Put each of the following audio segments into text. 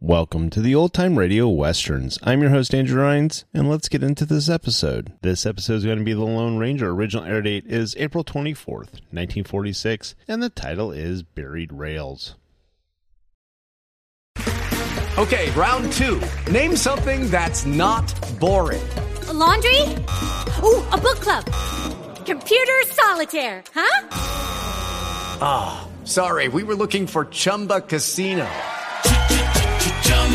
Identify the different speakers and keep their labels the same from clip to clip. Speaker 1: Welcome to the Old Time Radio Westerns. I'm your host, Andrew Rhines, and let's get into this episode. This episode is going to be The Lone Ranger. Original air date is April 24th, 1946, and the title is Buried Rails.
Speaker 2: Okay, round two. Name something that's not boring.
Speaker 3: A laundry? Ooh, a book club. Computer solitaire, huh?
Speaker 2: Sorry, we were looking for Chumba Casino.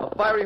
Speaker 4: A fiery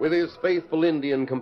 Speaker 4: With his faithful Indian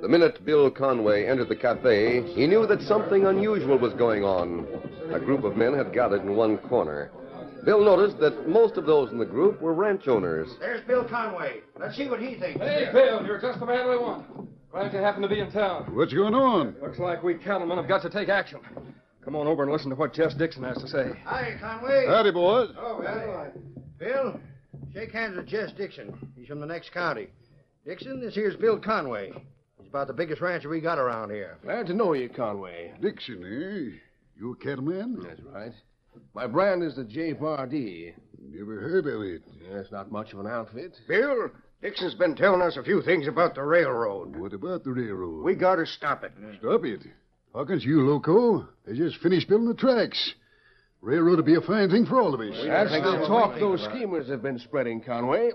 Speaker 4: The minute Bill Conway entered the cafe, he knew that something unusual was going on. A group of men had gathered in one corner. Bill noticed that most of those in the group were ranch owners.
Speaker 5: There's Bill Conway. Let's see what he thinks.
Speaker 6: Hey, Bill, you're just the man I want.
Speaker 4: Glad you happen to be in town.
Speaker 7: What's going on?
Speaker 4: Looks like we cattlemen have got to take action. Come on over and listen to what Jess Dixon has to say.
Speaker 8: Hi, Conway.
Speaker 7: Howdy, boys.
Speaker 8: Oh, well. Bill, shake hands with Jess Dixon. He's from the next county. Dixon, this here's Bill Conway. He's about the biggest rancher we got around here.
Speaker 4: Glad to know you, Conway.
Speaker 7: Dixon, eh? You a cattleman?
Speaker 4: That's right. My brand is the JVRD.
Speaker 7: Never heard of it.
Speaker 4: That's not much of an outfit.
Speaker 8: Bill, Dixon's been telling us a few things about the railroad.
Speaker 7: What about the railroad?
Speaker 8: We gotta stop it.
Speaker 4: Mm.
Speaker 7: Stop it. Hawkins, you loco. They just finished building the tracks. Railroad would be a fine thing for all of us.
Speaker 4: That's the talk those schemers have been spreading, Conway.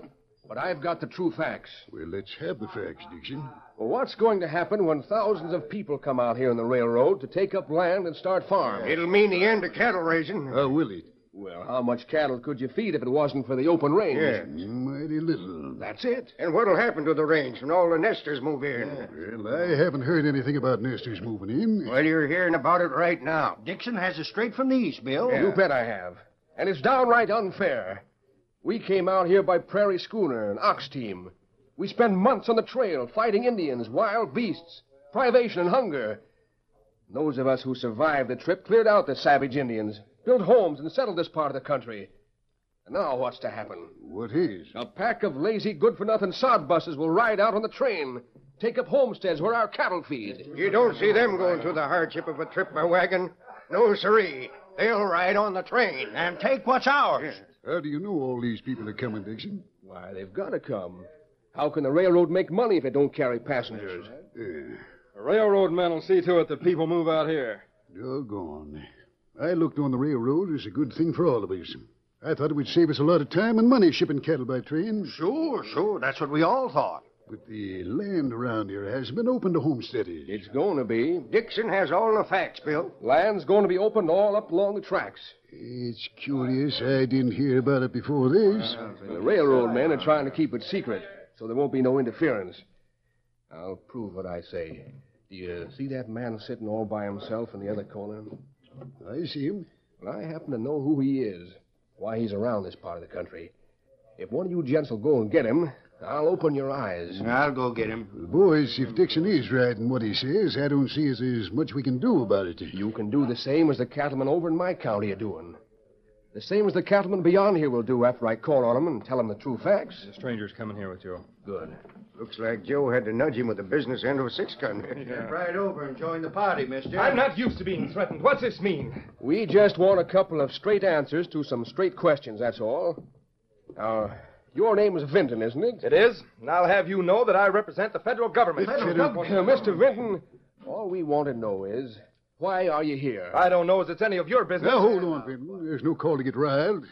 Speaker 4: But I've got the true facts.
Speaker 7: Well, let's have the facts, Dixon.
Speaker 4: Well, what's going to happen when thousands of people come out here on the railroad to take up land and start farms?
Speaker 8: It'll mean the end of cattle raising.
Speaker 7: How Uh, will it?
Speaker 4: Well, how much cattle could you feed if it wasn't for the open range?
Speaker 7: Mighty little.
Speaker 4: That's it.
Speaker 8: And what'll happen to the range when all the nesters move in?
Speaker 7: Well, I haven't heard anything about nesters moving in.
Speaker 8: Well, you're hearing about it right now. Dixon has it straight from the east, Bill.
Speaker 4: You bet I have. And it's downright unfair. We came out here by prairie schooner and ox team. We spent months on the trail fighting Indians, wild beasts, privation, and hunger. Those of us who survived the trip cleared out the savage Indians, built homes, and settled this part of the country. And now what's to happen?
Speaker 7: What is?
Speaker 4: A pack of lazy, good for nothing sod buses will ride out on the train, take up homesteads where our cattle feed.
Speaker 8: You don't see them going through the hardship of a trip by wagon. No, siree. They'll ride on the train. And take what's ours.
Speaker 7: How do you know all these people are coming, Dixon?
Speaker 4: Why, they've got to come. How can the railroad make money if it don't carry passengers?
Speaker 7: Uh,
Speaker 9: The railroad men will see to it that people move out here.
Speaker 7: doggone. I looked on the railroad as a good thing for all of us. I thought it would save us a lot of time and money shipping cattle by train.
Speaker 8: Sure, sure. That's what we all thought.
Speaker 7: But the land around here has been open to homesteaders.
Speaker 4: It's going to be.
Speaker 8: Dixon has all the facts, Bill.
Speaker 4: Land's going to be opened all up along the tracks.
Speaker 7: It's curious I didn't hear about it before this.
Speaker 4: The railroad men are trying to keep it secret, so there won't be no interference. I'll prove what I say. Do you see that man sitting all by himself in the other corner?
Speaker 7: I see him.
Speaker 4: Well, I happen to know who he is, why he's around this part of the country. If one of you gents will go and get him, I'll open your eyes.
Speaker 8: I'll go get him.
Speaker 7: Boys, if Dixon is right in what he says, I don't see as there's much we can do about it.
Speaker 4: You can do the same as the cattlemen over in my county are doing. The same as the cattlemen beyond here will do after I call on 'em and tell 'em the true facts.
Speaker 9: The stranger's coming here with you.
Speaker 4: Good.
Speaker 8: Looks like Joe had to nudge him with the business end of a six gun.
Speaker 9: Yeah.
Speaker 8: Right over and join the party, mister.
Speaker 4: I'm
Speaker 9: not used to being threatened. What's this mean?
Speaker 4: We just want a couple of straight answers to some straight questions, that's all. Now, your name is Vinton, isn't it?
Speaker 9: It is, and I'll have you know that I represent the federal government.
Speaker 4: Uh, Mr. Vinton, all we want to know is why are you here?
Speaker 9: I don't know as it's any of your business.
Speaker 7: Now, hold on, Fenton. There's no call to get riled.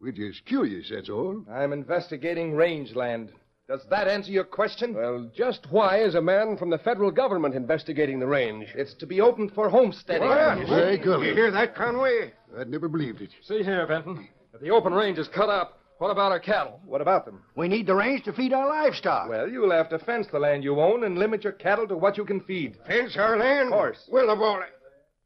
Speaker 7: We're just curious, that's all.
Speaker 9: I'm investigating rangeland. Does that answer your question?
Speaker 4: Well, just why is a man from the federal government investigating the range?
Speaker 9: It's to be opened for homesteading.
Speaker 7: Very good.
Speaker 8: You hear that, Conway?
Speaker 7: I'd never believed it.
Speaker 9: See here, Benton. If the open range is cut up, what about our cattle? What about them?
Speaker 8: We need the range to feed our livestock.
Speaker 9: Well, you'll have to fence the land you own and limit your cattle to what you can feed.
Speaker 8: Fence our land?
Speaker 9: Of course.
Speaker 8: Well, of all.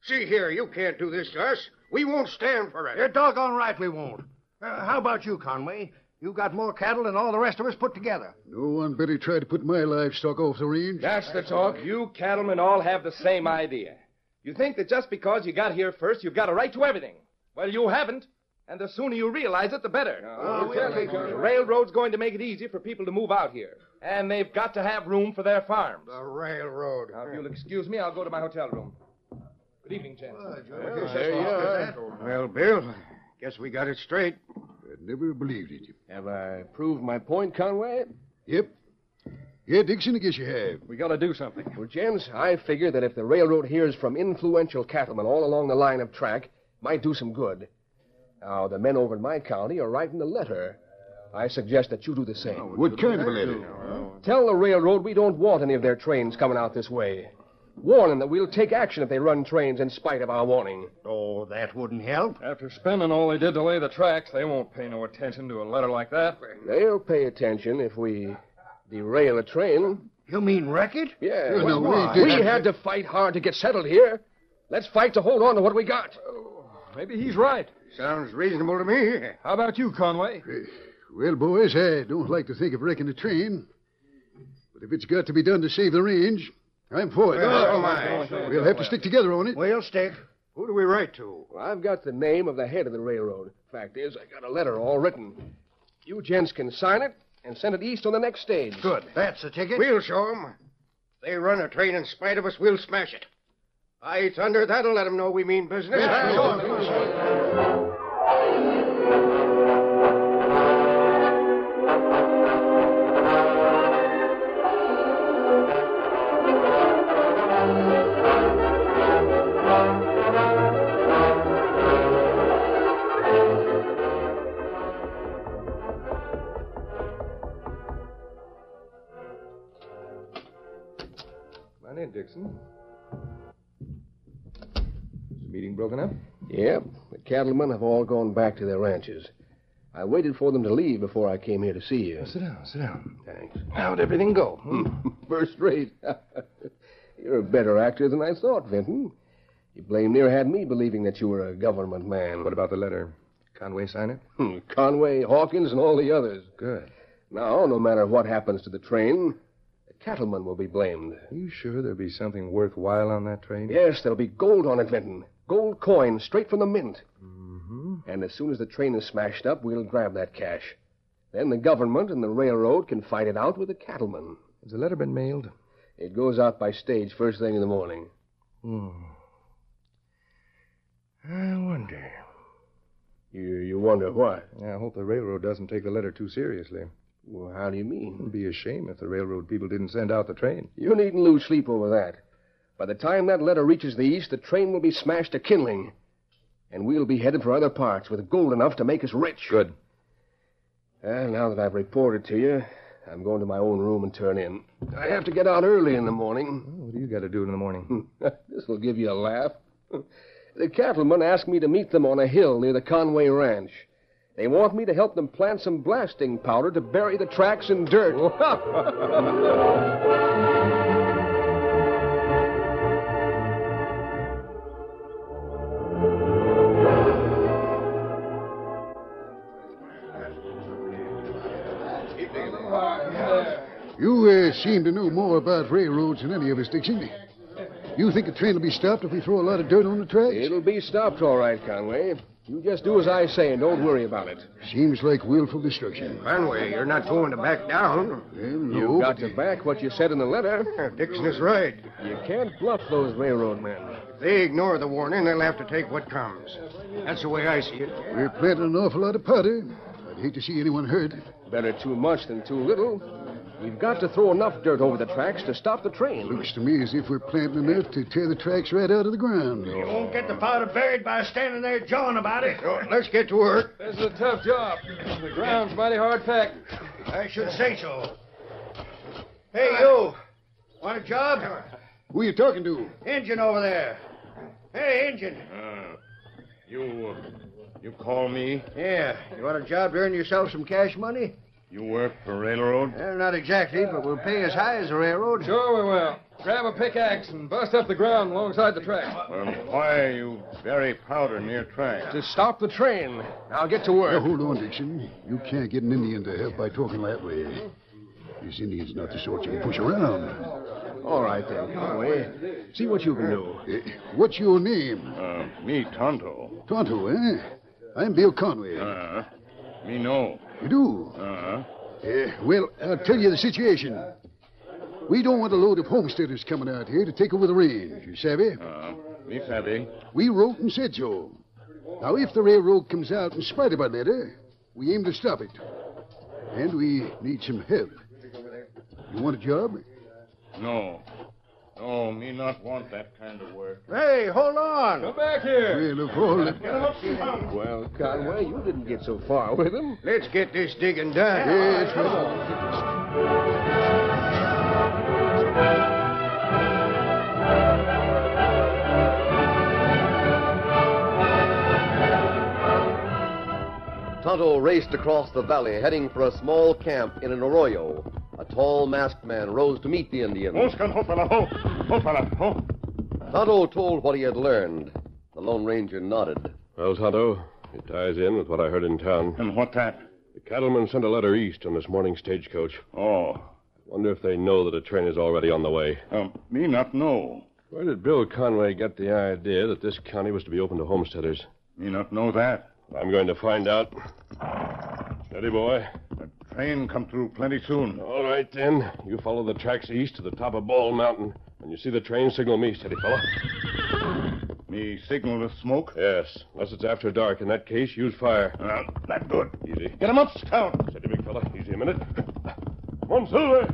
Speaker 8: See here, you can't do this to us. We won't stand for it. You're doggone right we won't. Uh, how about you, Conway? You got more cattle than all the rest of us put together.
Speaker 7: No one better try to put my livestock off the range.
Speaker 9: That's the talk. You cattlemen all have the same idea. You think that just because you got here first, you've got a right to everything. Well, you haven't. And the sooner you realize it, the better. the railroad's going to make it easy for people to move out here. And they've got to have room for their farms.
Speaker 8: The railroad.
Speaker 9: Now, if you'll excuse me, I'll go to my hotel room. Good evening, gents.
Speaker 8: there you are. Well, Bill, guess we got it straight.
Speaker 7: I'd never believed it.
Speaker 4: Have I proved my point, Conway?
Speaker 7: Yep. Yeah, Dixon, I guess you have.
Speaker 9: We got to do something.
Speaker 4: Well, gents, I figure that if the railroad hears from influential cattlemen all along the line of track, it might do some good. Now, the men over in my county are writing a letter. I suggest that you do the
Speaker 8: Oh,
Speaker 4: same.
Speaker 7: What kind of a letter?
Speaker 4: Tell the railroad we don't want any of their trains coming out this way. Warn them that we'll take action if they run trains in spite of our warning.
Speaker 8: Oh, that wouldn't help.
Speaker 9: After spending all they did to lay the tracks, they won't pay no attention to a letter like that.
Speaker 4: They'll pay attention if we derail a train.
Speaker 8: You mean wreck it?
Speaker 4: Yeah.
Speaker 7: Well, no, we
Speaker 4: Why?
Speaker 7: did-
Speaker 4: we had to fight hard to get settled here. Let's fight to hold on to what we got.
Speaker 9: Oh, Maybe he's right.
Speaker 8: Sounds reasonable to me.
Speaker 9: How
Speaker 7: Eh,
Speaker 9: about you, Conway?
Speaker 7: Well, boys, I don't like to think of wrecking a train. But if it's got to be done to save the range, I'm for it.
Speaker 4: Well,
Speaker 10: oh,
Speaker 4: so am I.
Speaker 7: We'll have to stick together on it.
Speaker 4: We'll stick. Who do we write to? Well, I've got the name of the head of the railroad. Fact is, I got a letter all written. You gents can sign it and send it east on the next stage.
Speaker 10: Good. That's the ticket.
Speaker 4: We'll
Speaker 10: We'll show 'em. If they run a train in spite of us, we'll smash it. By thunder, that'll let 'em know we mean business.
Speaker 11: Come on in, Dixon. Is the meeting broken up?
Speaker 4: Yep. The cattlemen have all gone back to their ranches. I waited for them to leave before I came here to see you.
Speaker 11: Sit down, sit down.
Speaker 4: Thanks.
Speaker 11: How'd everything go? Hmm.
Speaker 4: First rate. You're a better actor than I thought, Vinton. You blame near had me believing that you were a government man. What about the letter?
Speaker 11: Conway sign it?
Speaker 4: Conway, Hawkins, and all the others.
Speaker 11: Good.
Speaker 4: Now, no matter what happens to the train, the cattlemen will be blamed.
Speaker 11: Are you sure there'll be something worthwhile on that train?
Speaker 4: Yes, there'll be gold on it, Vinton. Gold coin straight from the mint. Mm-hmm. And as soon as the train is smashed up, we'll grab that cash. Then the government and the railroad can fight it out with the cattlemen.
Speaker 11: Has the letter been mailed?
Speaker 4: It goes out by stage first thing in the morning.
Speaker 11: Hmm. I wonder.
Speaker 4: You, you wonder what?
Speaker 11: I hope the railroad doesn't take the letter too seriously.
Speaker 4: Well, how do you mean?
Speaker 11: It'd be a shame if the railroad people didn't send out the train.
Speaker 4: You needn't lose sleep over that. By the time that letter reaches the east, the train will be smashed to kindling. And we'll be headed for other parts with gold enough to make us rich.
Speaker 11: Good.
Speaker 4: Well, now that I've reported to you, I'm going to my own room and turn in. I have to get out early in the morning.
Speaker 11: Oh,
Speaker 4: Hmm.
Speaker 11: What do you got to do in the morning?
Speaker 4: this will give you a laugh. the cattlemen asked me to meet them on a hill near the Conway Ranch. They want me to help them plant some blasting powder to bury the tracks in dirt.
Speaker 7: You uh, seem to know more about railroads than any of us, Dixon. You think a train will be stopped if we throw a lot of dirt on the tracks?
Speaker 4: It'll be stopped all right, Conway. You just do as I say and don't worry about it.
Speaker 7: Seems like willful destruction.
Speaker 10: Conway, you're not going to back down.
Speaker 7: Well, no,
Speaker 4: You got
Speaker 7: but-
Speaker 4: to back what you said in the letter.
Speaker 10: Dixon is right.
Speaker 4: You can't bluff those railroad men.
Speaker 10: If they ignore the warning, they'll have to take what comes. That's the way I see it.
Speaker 7: We're planting an awful lot of powder. I'd hate to see anyone hurt.
Speaker 4: Better too much than too little. We've got to throw enough dirt over the tracks to stop the train.
Speaker 7: Looks to me as if we're planting enough to tear the tracks right out of the ground.
Speaker 10: You won't get the powder buried by standing there jawing about it. let's get to work.
Speaker 11: This is a tough job. The ground's mighty hard packed.
Speaker 10: I should say so. Hey, you. Want a job?
Speaker 7: Who you talking to?
Speaker 10: Engine over there. Hey, engine.
Speaker 3: Uh, You, uh, you call me?
Speaker 10: Yeah. You want a job to earn yourself some cash money?
Speaker 3: You work for railroad?
Speaker 10: Eh, not exactly, but we'll pay as high as the railroad.
Speaker 11: Sure we will. Grab a pickaxe and bust up the ground alongside the track.
Speaker 3: Well, why you bury powder near track?
Speaker 4: To stop the train. Now get to
Speaker 7: Now,
Speaker 4: work.
Speaker 7: hold on, Dixon. You can't get an Indian to help by talking that way. This Indian's not the sort you can push around.
Speaker 4: All right then, Conway. See what you can do.
Speaker 7: Eh, What's your name?
Speaker 3: Uh, me Tonto.
Speaker 7: Tonto, eh? I'm Bill Conway.
Speaker 3: Uh, me no.
Speaker 7: You do?
Speaker 3: Uh,
Speaker 7: Eh, well, I'll tell you the situation. We don't want a load of homesteaders coming out here to take over the range, you savvy?
Speaker 3: uh, me savvy.
Speaker 7: We wrote and said so. Now, if the railroad comes out in spite of our letter, we aim to stop it. And we need some help. You want a job?
Speaker 3: No. No, me not want that kind of work.
Speaker 10: Hey, hold on.
Speaker 11: Come back here.
Speaker 7: Well, of all the...
Speaker 4: Well, Conway, you didn't get so far with him.
Speaker 10: Let's get this digging done.
Speaker 7: Yes, well,
Speaker 12: Tonto raced across the valley, heading for a small camp in an arroyo. A tall masked man rose to meet the Indian.
Speaker 3: Buscan, hopala, ho. Hopala, ho.
Speaker 12: Tonto told what he had learned. The Lone Ranger nodded.
Speaker 13: Well, Tonto, it ties in with what I heard in town.
Speaker 3: And what that?
Speaker 13: The cattleman sent a letter east on this morning's stagecoach.
Speaker 3: Oh,
Speaker 14: Wonder if they know that a train is already on the way.
Speaker 15: Um, me not know.
Speaker 14: Where did Bill Conway get the idea that this county was to be open to homesteaders?
Speaker 15: Me not know that.
Speaker 14: I'm going to find out. Steady, boy.
Speaker 15: Train come through plenty soon.
Speaker 14: All right, then. You follow the tracks east to the top of Ball Mountain. When you see the train, signal me, steady fella.
Speaker 15: Me signal the smoke.
Speaker 14: Yes, unless it's after dark. In that case, use fire.
Speaker 15: Uh, that good.
Speaker 14: Easy.
Speaker 15: Get him up, Scout.
Speaker 14: Steady, big fella. Easy a minute. One silver.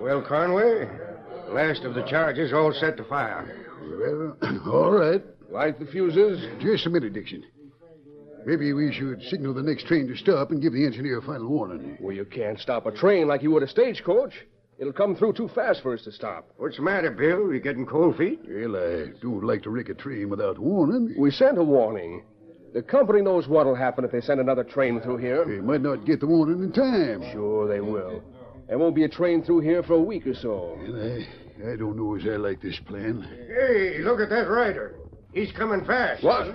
Speaker 16: Well, Conway, last of the charges all set to fire.
Speaker 7: Well, all right. Light the fuses. Just a minute, Dixon. Maybe we should signal the next train to stop and give the engineer a final warning.
Speaker 5: Well, you can't stop a train like you would a stagecoach. It'll come through too fast for us to stop. uh,
Speaker 16: What's the matter, Bill? You getting cold feet?
Speaker 7: Well, I don't like to wreck a train without warning.
Speaker 5: We sent a warning. The company knows what'll happen if they send another train through here.
Speaker 7: They might not get the warning in time.
Speaker 5: Sure, they will. There won't be a train through here for a week or so.
Speaker 7: And I, I don't know as I like this plan.
Speaker 16: Hey, look at that rider. He's coming fast.
Speaker 5: What?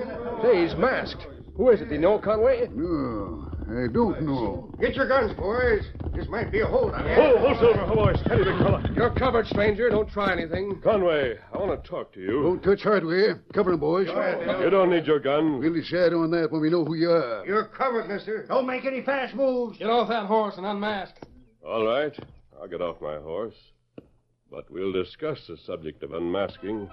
Speaker 5: Say, he's masked. Who is it? Do you know, Conway?
Speaker 7: No, I don't know.
Speaker 16: Get your guns, boys. This might be a holdup.
Speaker 14: Ho, ho, silver. Ho, boy. Steady, big fella.
Speaker 5: You're covered, stranger. Don't try anything.
Speaker 14: Conway, I want to talk to you.
Speaker 7: Don't touch hardware. Cover them, boys.
Speaker 14: You don't need your gun.
Speaker 7: We'll decide on that when we know who you are.
Speaker 16: You're covered, mister. Don't make any fast moves.
Speaker 17: Get off that horse and unmask.
Speaker 14: All right. I'll get off my horse. But we'll discuss the subject of unmasking.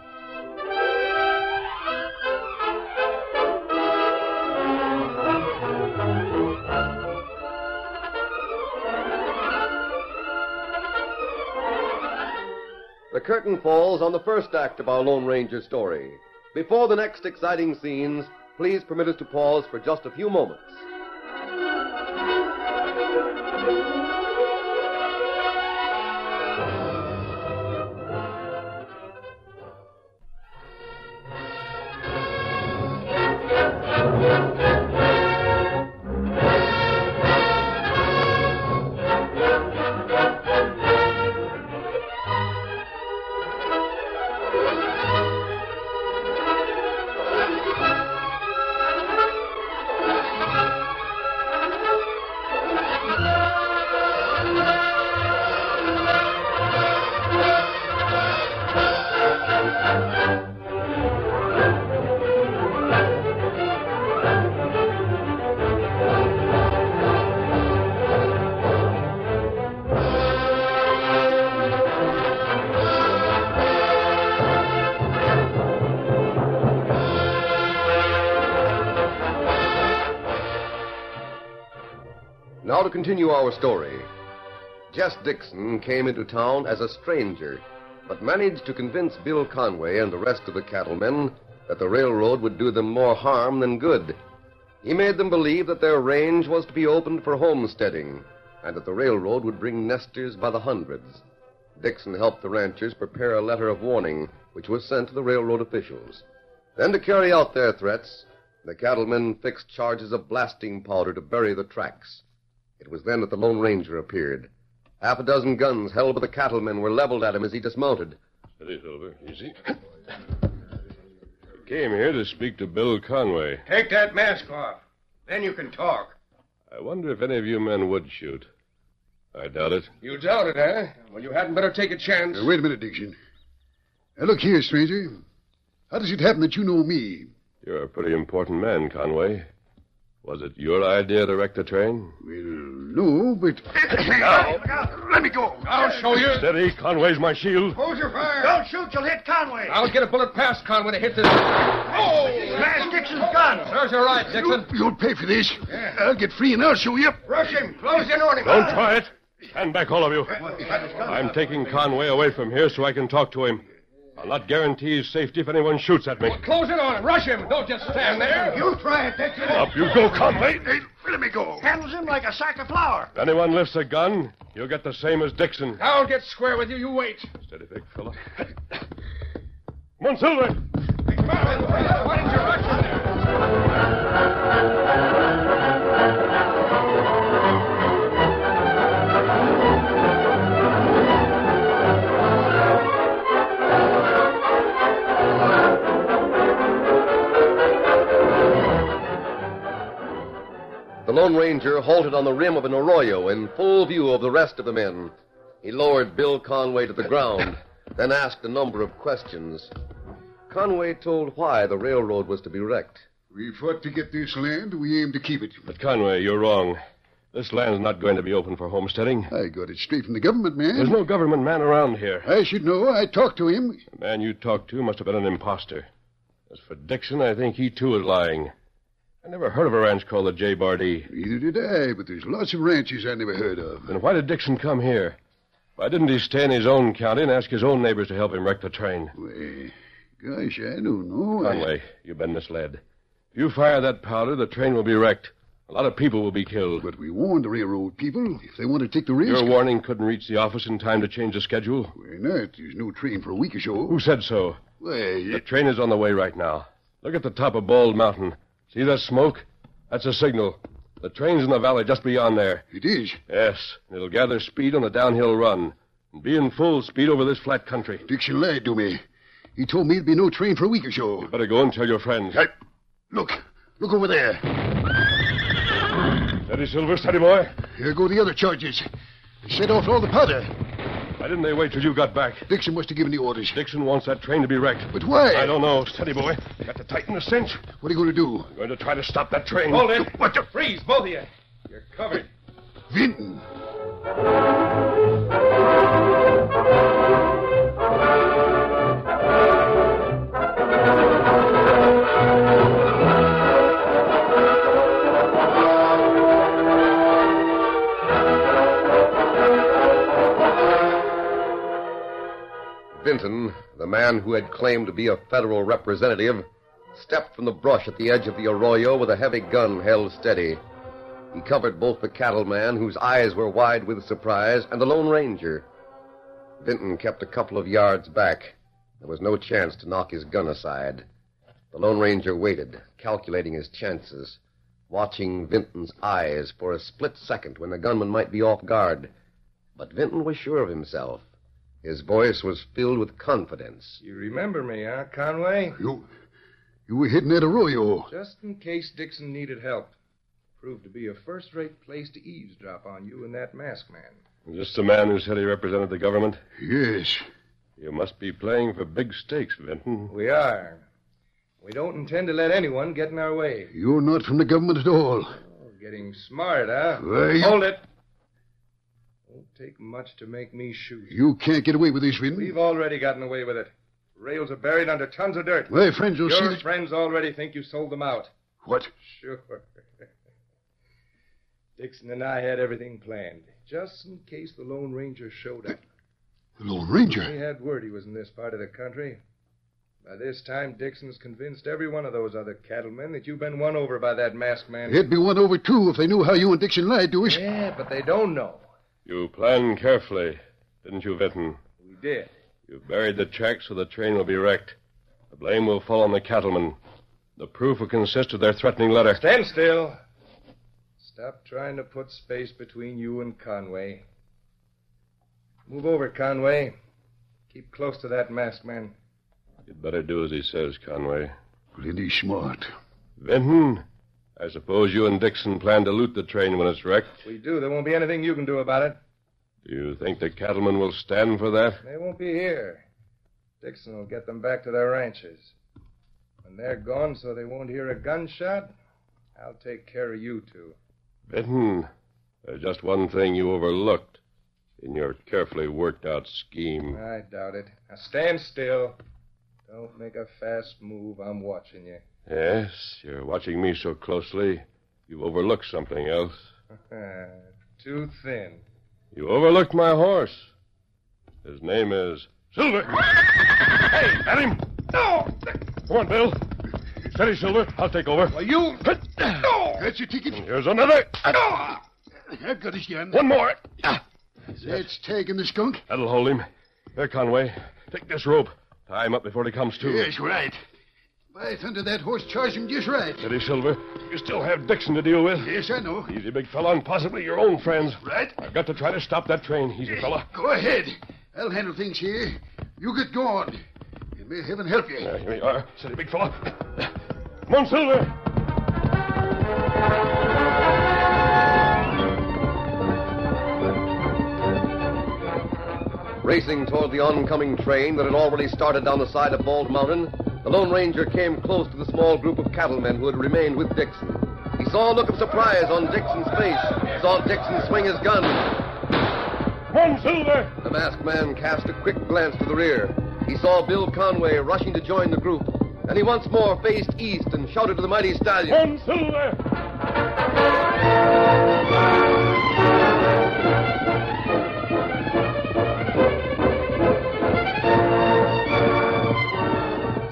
Speaker 4: The curtain falls on the first act of our Lone Ranger story. Before the next exciting scenes, please permit us to pause for just a few moments. Now to continue our story. Jess Dixon came into town as a stranger, but managed to convince Bill Conway and the rest of the cattlemen that the railroad would do them more harm than good. He made them believe that their range was to be opened for homesteading, and that the railroad would bring nesters by the hundreds. Dixon helped the ranchers prepare a letter of warning, which was sent to the railroad officials. Then, to carry out their threats, the cattlemen fixed charges of blasting powder to bury the tracks. It was then that the Lone Ranger appeared. Half a dozen guns held by the cattlemen were leveled at him as he dismounted.
Speaker 14: Steady, silver. Easy. I came here to speak to Bill Conway.
Speaker 16: Take that mask off. Then you can talk.
Speaker 14: I wonder if any of you men would shoot. I doubt it.
Speaker 5: You doubt it, eh? Well, you hadn't better take a chance.
Speaker 7: Now, wait a minute, Dixon. Now, look here, stranger. How does it happen that you know me?
Speaker 14: You're a pretty important man, Conway. Was it your idea to wreck the train?
Speaker 7: Well, no, but.
Speaker 16: Let me go.
Speaker 5: I'll show you.
Speaker 14: Steady, Conway's my shield.
Speaker 16: Hold your fire.
Speaker 6: Don't shoot, you'll hit Conway.
Speaker 5: I'll get a bullet past Conway to hit this. Oh!
Speaker 6: Smash Dixon's gun.
Speaker 5: Serves you right, Dixon.
Speaker 7: You'll pay for this. I'll get free and I'll show you.
Speaker 16: Rush him. Close in on him.
Speaker 14: Don't try it. Stand back, all of you. I'm taking Conway away from here so I can talk to him. I'll not guarantee his safety if anyone shoots at me.
Speaker 5: Close in on him. Rush him. Don't just stand there.
Speaker 16: You try it, Dixon.
Speaker 14: Up you go, Conway.
Speaker 7: Let me go.
Speaker 6: Handles him like a sack of flour.
Speaker 14: If anyone lifts a gun, you'll get the same as Dixon.
Speaker 5: I'll get square with you. You wait.
Speaker 14: Steady, big fella. One silver.
Speaker 5: Why didn't you rush him there?
Speaker 18: Lone Ranger halted on the rim of an arroyo in full view of the rest of the men. He lowered Bill Conway to the ground, then asked a number of questions. Conway told why the railroad was to be wrecked.
Speaker 7: We fought to get this land. We aim to keep it.
Speaker 4: But Conway, you're wrong. This land's not going to be open for homesteading.
Speaker 7: I got it straight from the government man.
Speaker 4: There's no government man around here.
Speaker 7: I should know. I talked to him.
Speaker 4: The man you talked to must have been an imposter. As for Dixon, I think he too is lying. I never heard of a ranch called the J. Bardi.
Speaker 7: Neither did I, but there's lots of ranches I never heard of.
Speaker 4: Then why did Dixon come here? Why didn't he stay in his own county and ask his own neighbors to help him wreck the train?
Speaker 7: Why, gosh, I don't know. I-
Speaker 4: Conway, you've been misled. If you fire that powder, the train will be wrecked. A lot of people will be killed.
Speaker 7: But we warned the railroad people. If they want to take the risk.
Speaker 4: Your warning couldn't reach the office in time to change the schedule.
Speaker 7: Why not? There's no train for a week or so.
Speaker 4: Who said so?
Speaker 7: Why,
Speaker 4: The train is on the way right now. Look at the top of Bald Mountain. See that smoke? That's a signal. The train's in the valley just beyond there.
Speaker 7: it is.
Speaker 4: Yes, and it'll gather speed on a downhill run and be in full speed over this flat country.
Speaker 7: Dixon lied to me. He told me there'd be no train for a week or so.
Speaker 4: Better go and tell your friends.
Speaker 7: Look. Look over there.
Speaker 4: Steady, Silver, steady, boy.
Speaker 7: Here go the other charges. They set off all the powder.
Speaker 4: Why didn't they wait till you got back?
Speaker 7: Dixon must have given the orders.
Speaker 4: Dixon wants that train to be wrecked.
Speaker 7: But why?
Speaker 4: I don't know. Steady, boy. Got to tighten the cinch.
Speaker 7: What are you going to do?
Speaker 4: I'm going to try to stop that train.
Speaker 3: Hold it. What you freeze, both of you. You're covered.
Speaker 7: Vinton.
Speaker 18: Vinton, the man who had claimed to be a federal representative, stepped from the brush at the edge of the arroyo with a heavy gun held steady. He covered both the cattleman, whose eyes were wide with surprise, and the Lone Ranger. Vinton kept a couple of yards back. There was no chance to knock his gun aside. The Lone Ranger waited, calculating his chances, watching Vinton's eyes for a split second when the gunman might be off guard. But Vinton was sure of himself. His voice was filled with confidence.
Speaker 3: You remember me, huh, Conway?
Speaker 7: You. You were hitting that arroyo.
Speaker 3: Just in case Dixon needed help. Proved to be a first rate place to eavesdrop on you and that masked man.
Speaker 4: Just the man who said he represented the government?
Speaker 7: Yes.
Speaker 4: You must be playing for big stakes, Vinton.
Speaker 3: We are. We don't intend to let anyone get in our way.
Speaker 7: You're not from the government at all.
Speaker 3: Oh, getting smart, huh? Oh.
Speaker 7: Why, you-
Speaker 3: Hold it. Won't take much to make me shoot.
Speaker 7: You can't get away with this, Vinton.
Speaker 3: We've already gotten away with it. Rails are buried under tons of dirt.
Speaker 7: My friends will
Speaker 3: Your
Speaker 7: see that-
Speaker 3: friends already think you sold them out.
Speaker 7: What?
Speaker 3: Sure. Dixon and I had everything planned, just in case the Lone Ranger showed up.
Speaker 7: The Lone Ranger.
Speaker 3: We had word he was in this part of the country. By this time, Dixon's convinced every one of those other cattlemen that you've been won over by that masked man.
Speaker 7: They'd be won over, too, if they knew how you and Dixon lied to us.
Speaker 3: Yeah, but they don't know.
Speaker 4: You planned carefully, didn't you, Vinton?
Speaker 3: We did.
Speaker 4: You buried the track so the train will be wrecked. The blame will fall on the cattlemen. The proof will consist of their threatening letter.
Speaker 3: Stand still. Stop trying to put space between you and Conway. Move over, Conway. Keep close to that masked man.
Speaker 4: You'd better do as he says, Conway.
Speaker 7: Plenty smart.
Speaker 4: Vinton, I suppose you and Dixon plan to loot the train when it's wrecked.
Speaker 3: If we do, there won't be anything you can do about it.
Speaker 4: Do you think the cattlemen will stand for that?
Speaker 3: They won't be here. Dixon will get them back to their ranches. When they're gone so they won't hear a gunshot, I'll take care of you two.
Speaker 4: Vinton, there's just one thing you overlooked in your carefully worked out scheme.
Speaker 3: I doubt it. Now stand still. Don't make a fast move. I'm watching you.
Speaker 4: Yes, you're watching me so closely, you've overlooked something else.
Speaker 3: Too thin.
Speaker 4: You overlooked my horse. His name is Silver. Hey, at him!
Speaker 3: No!
Speaker 4: Come on, Bill. Steady, Silver. I'll take over.
Speaker 7: you.
Speaker 4: No!
Speaker 7: That's your ticket.
Speaker 4: And here's another.
Speaker 7: I've got his gun.
Speaker 4: One more.
Speaker 7: That's tagging the skunk.
Speaker 4: That'll hold him. There, Conway. Take this rope. Tie him up before he comes to.
Speaker 7: Yes, right. By thunder, that horse charged him just right.
Speaker 4: Steady, Silver. You still have Dixon to deal with.
Speaker 7: Yes, I know.
Speaker 4: Easy, big fella, and possibly your own friends.
Speaker 7: Right.
Speaker 4: I've got to try to stop that train. Easy, fella.
Speaker 7: Go ahead. I'll handle things here. You get going. And may heaven help you.
Speaker 4: Uh, here we are. Steady, big fella. Come on, Silver. Racing toward the oncoming train that had already started down the side of Bald Mountain, the Lone Ranger came close to the small group of cattlemen who had remained with Dixon. He saw a look of surprise on Dixon's face, saw Dixon swing his gun. One Silver! The masked man cast a quick glance to the rear. He saw Bill Conway rushing to join the group, and he once more faced east and shouted to the mighty stallion. One Silver!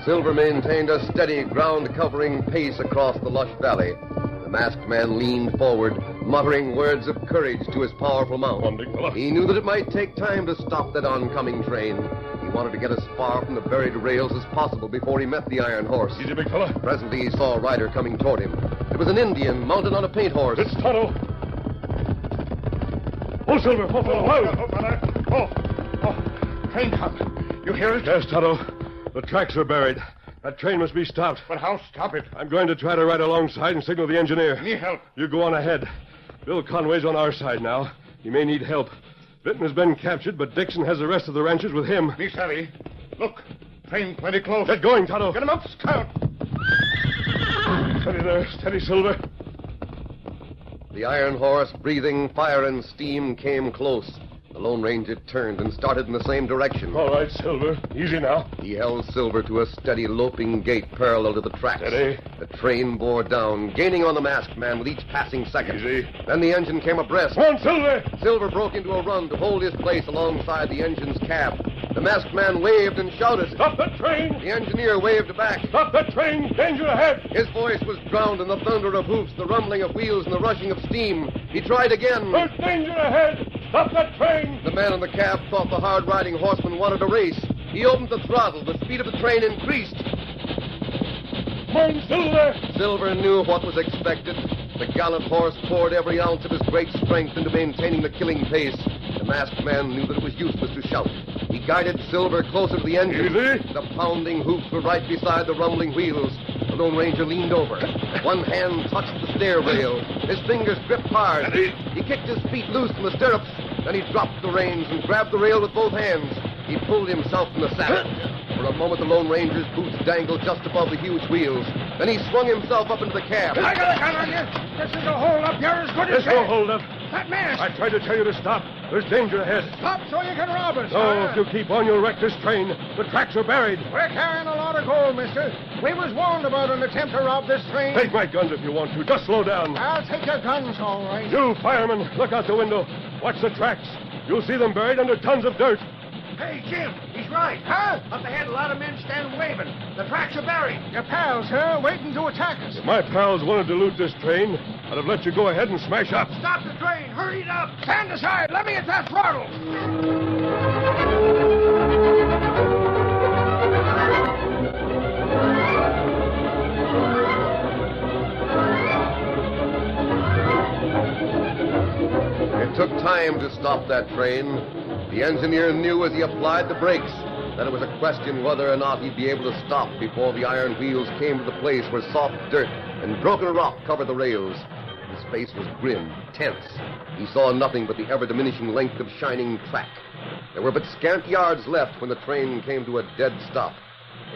Speaker 4: Silver maintained a steady, ground covering pace across the lush valley. The masked man leaned forward, muttering words of courage to his powerful mount. He knew that it might take time to stop that oncoming train. He wanted to get as far from the buried rails as possible before he met the iron horse. Easy, big fella. Presently, he saw a rider coming toward him. It was an Indian mounted on a paint horse. It's Tonto.
Speaker 6: Oh, Silver, oh, fellow, oh, oh, oh, train come. You hear it?
Speaker 14: Yes, Tonto. The tracks are buried. That train must be stopped. But how stop it? I'm going to try to ride alongside and signal the engineer. Need help. You go on ahead. Bill Conway's on our side now. He may need help. Vinton has been captured, but Dixon has the rest of the ranchers with him. Be savvy. Look, train plenty close. Get going, Tonto. Get him up, scout. Steady there. Steady, Silver.
Speaker 4: The iron horse, breathing fire and steam, came close. The Lone Ranger turned and started in the same direction.
Speaker 14: All right, Silver. Easy now.
Speaker 4: He held Silver to a steady loping gait parallel to the tracks.
Speaker 14: Steady.
Speaker 4: The train bore down, gaining on the masked man with each passing second. Easy. Then the engine came abreast.
Speaker 14: Come on, Silver!
Speaker 4: Silver broke into a run to hold his place alongside the engine's cab. The masked man waved and shouted. Stop the train! The engineer waved back. Stop the train! Danger ahead! His voice was drowned in the thunder of hoofs, the rumbling of wheels, and the rushing of steam. He tried again. There's danger ahead! Stop that train! The man in the cab thought the hard riding horseman wanted a race. He opened the throttle. The speed of the train increased. Come Silver! Silver knew what was expected. The gallant horse poured every ounce of his great strength into maintaining the killing pace. The masked man knew that it was useless to shout. He guided Silver closer to the engine. The pounding hoofs were right beside the rumbling wheels. The Lone Ranger leaned over. One hand touched the stair rail. His fingers gripped hard. He kicked his feet loose from the stirrups. Then he dropped the reins and grabbed the rail with both hands. He pulled himself from the saddle. For a moment, the Lone Ranger's boots dangled just above the huge wheels. Then he swung himself up into the cab.
Speaker 6: I got a gun on you. This is a holdup. You're as good as
Speaker 14: There's no
Speaker 6: dead.
Speaker 14: holdup.
Speaker 6: That man.
Speaker 14: I tried to tell you to stop. There's danger ahead.
Speaker 6: Stop so you can rob us.
Speaker 14: No, if you keep on, you'll wreck this train. The tracks are buried.
Speaker 16: We're carrying a lot of gold, mister. We was warned about an attempt to rob this train.
Speaker 14: Take my guns if you want to. Just slow down.
Speaker 16: I'll take your guns, all right.
Speaker 14: You firemen, look out the window. Watch the tracks. You'll see them buried under tons of dirt.
Speaker 16: Hey, Jim, he's right. Huh? Up ahead, a lot of men stand waving. The tracks are buried. Your pals, huh? Waiting to attack us.
Speaker 14: If my pals wanted to loot this train, I'd have let you go ahead and smash up.
Speaker 16: Stop the train. Hurry it up. Stand aside. Let me at that throttle.
Speaker 4: It took time to stop that train. The engineer knew as he applied the brakes that it was a question whether or not he'd be able to stop before the iron wheels came to the place where soft dirt and broken rock covered the rails. His face was grim, tense. He saw nothing but the ever diminishing length of shining track. There were but scant yards left when the train came to a dead stop.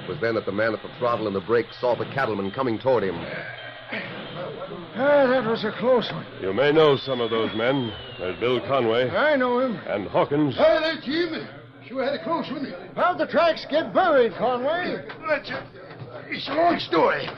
Speaker 4: It was then that the man at the throttle and the brake saw the cattleman coming toward him.
Speaker 16: Ah, that was a close one.
Speaker 14: You may know some of those men. There's Bill Conway.
Speaker 16: I know him.
Speaker 14: And Hawkins.
Speaker 7: Hi there, Jim. Sure had a close one.
Speaker 16: How'd the tracks get buried, Conway? It's a long story.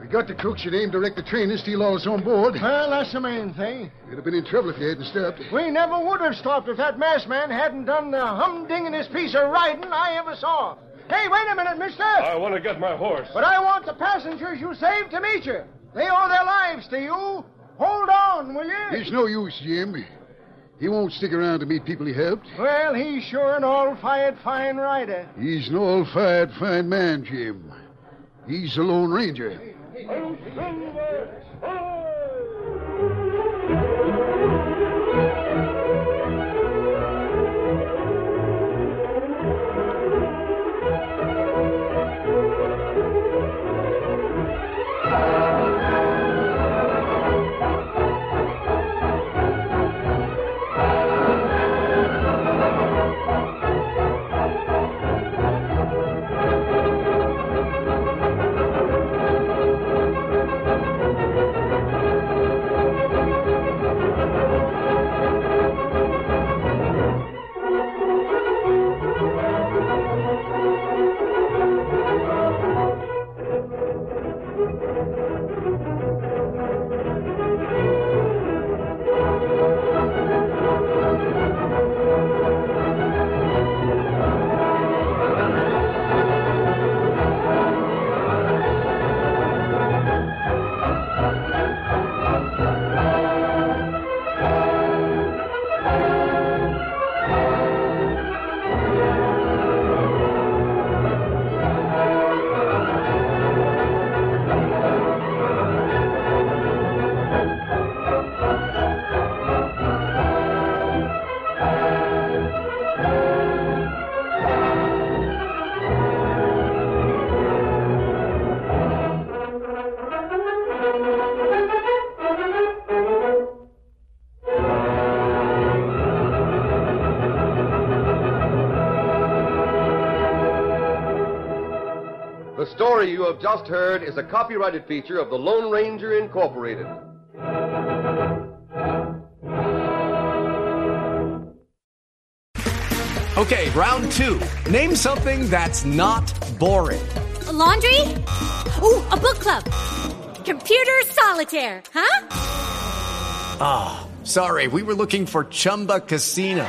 Speaker 7: We got the crooks who aimed to wreck the train and steal all that's on board.
Speaker 16: Well, that's the main thing.
Speaker 7: We'd have been in trouble if you hadn't stopped.
Speaker 16: We never would have stopped if that masked man hadn't done the humdinginest piece of riding I ever saw. Hey, wait a minute, mister.
Speaker 14: I want to get my horse.
Speaker 16: But I want the passengers you saved to meet you. They owe their lives to you. Hold on, will you?
Speaker 7: It's no use, Jim. He won't stick around to meet people he helped.
Speaker 16: Well, he's sure an all-fired fine rider.
Speaker 7: He's an all-fired fine man, Jim. He's the Lone Ranger.
Speaker 4: story you have just heard is a copyrighted feature of the Lone Ranger Incorporated.
Speaker 2: Okay, round two. Name something that's not boring.
Speaker 3: A laundry? Ooh, a book club. Computer solitaire, huh?
Speaker 2: Ah, sorry, we were looking for Chumba Casino.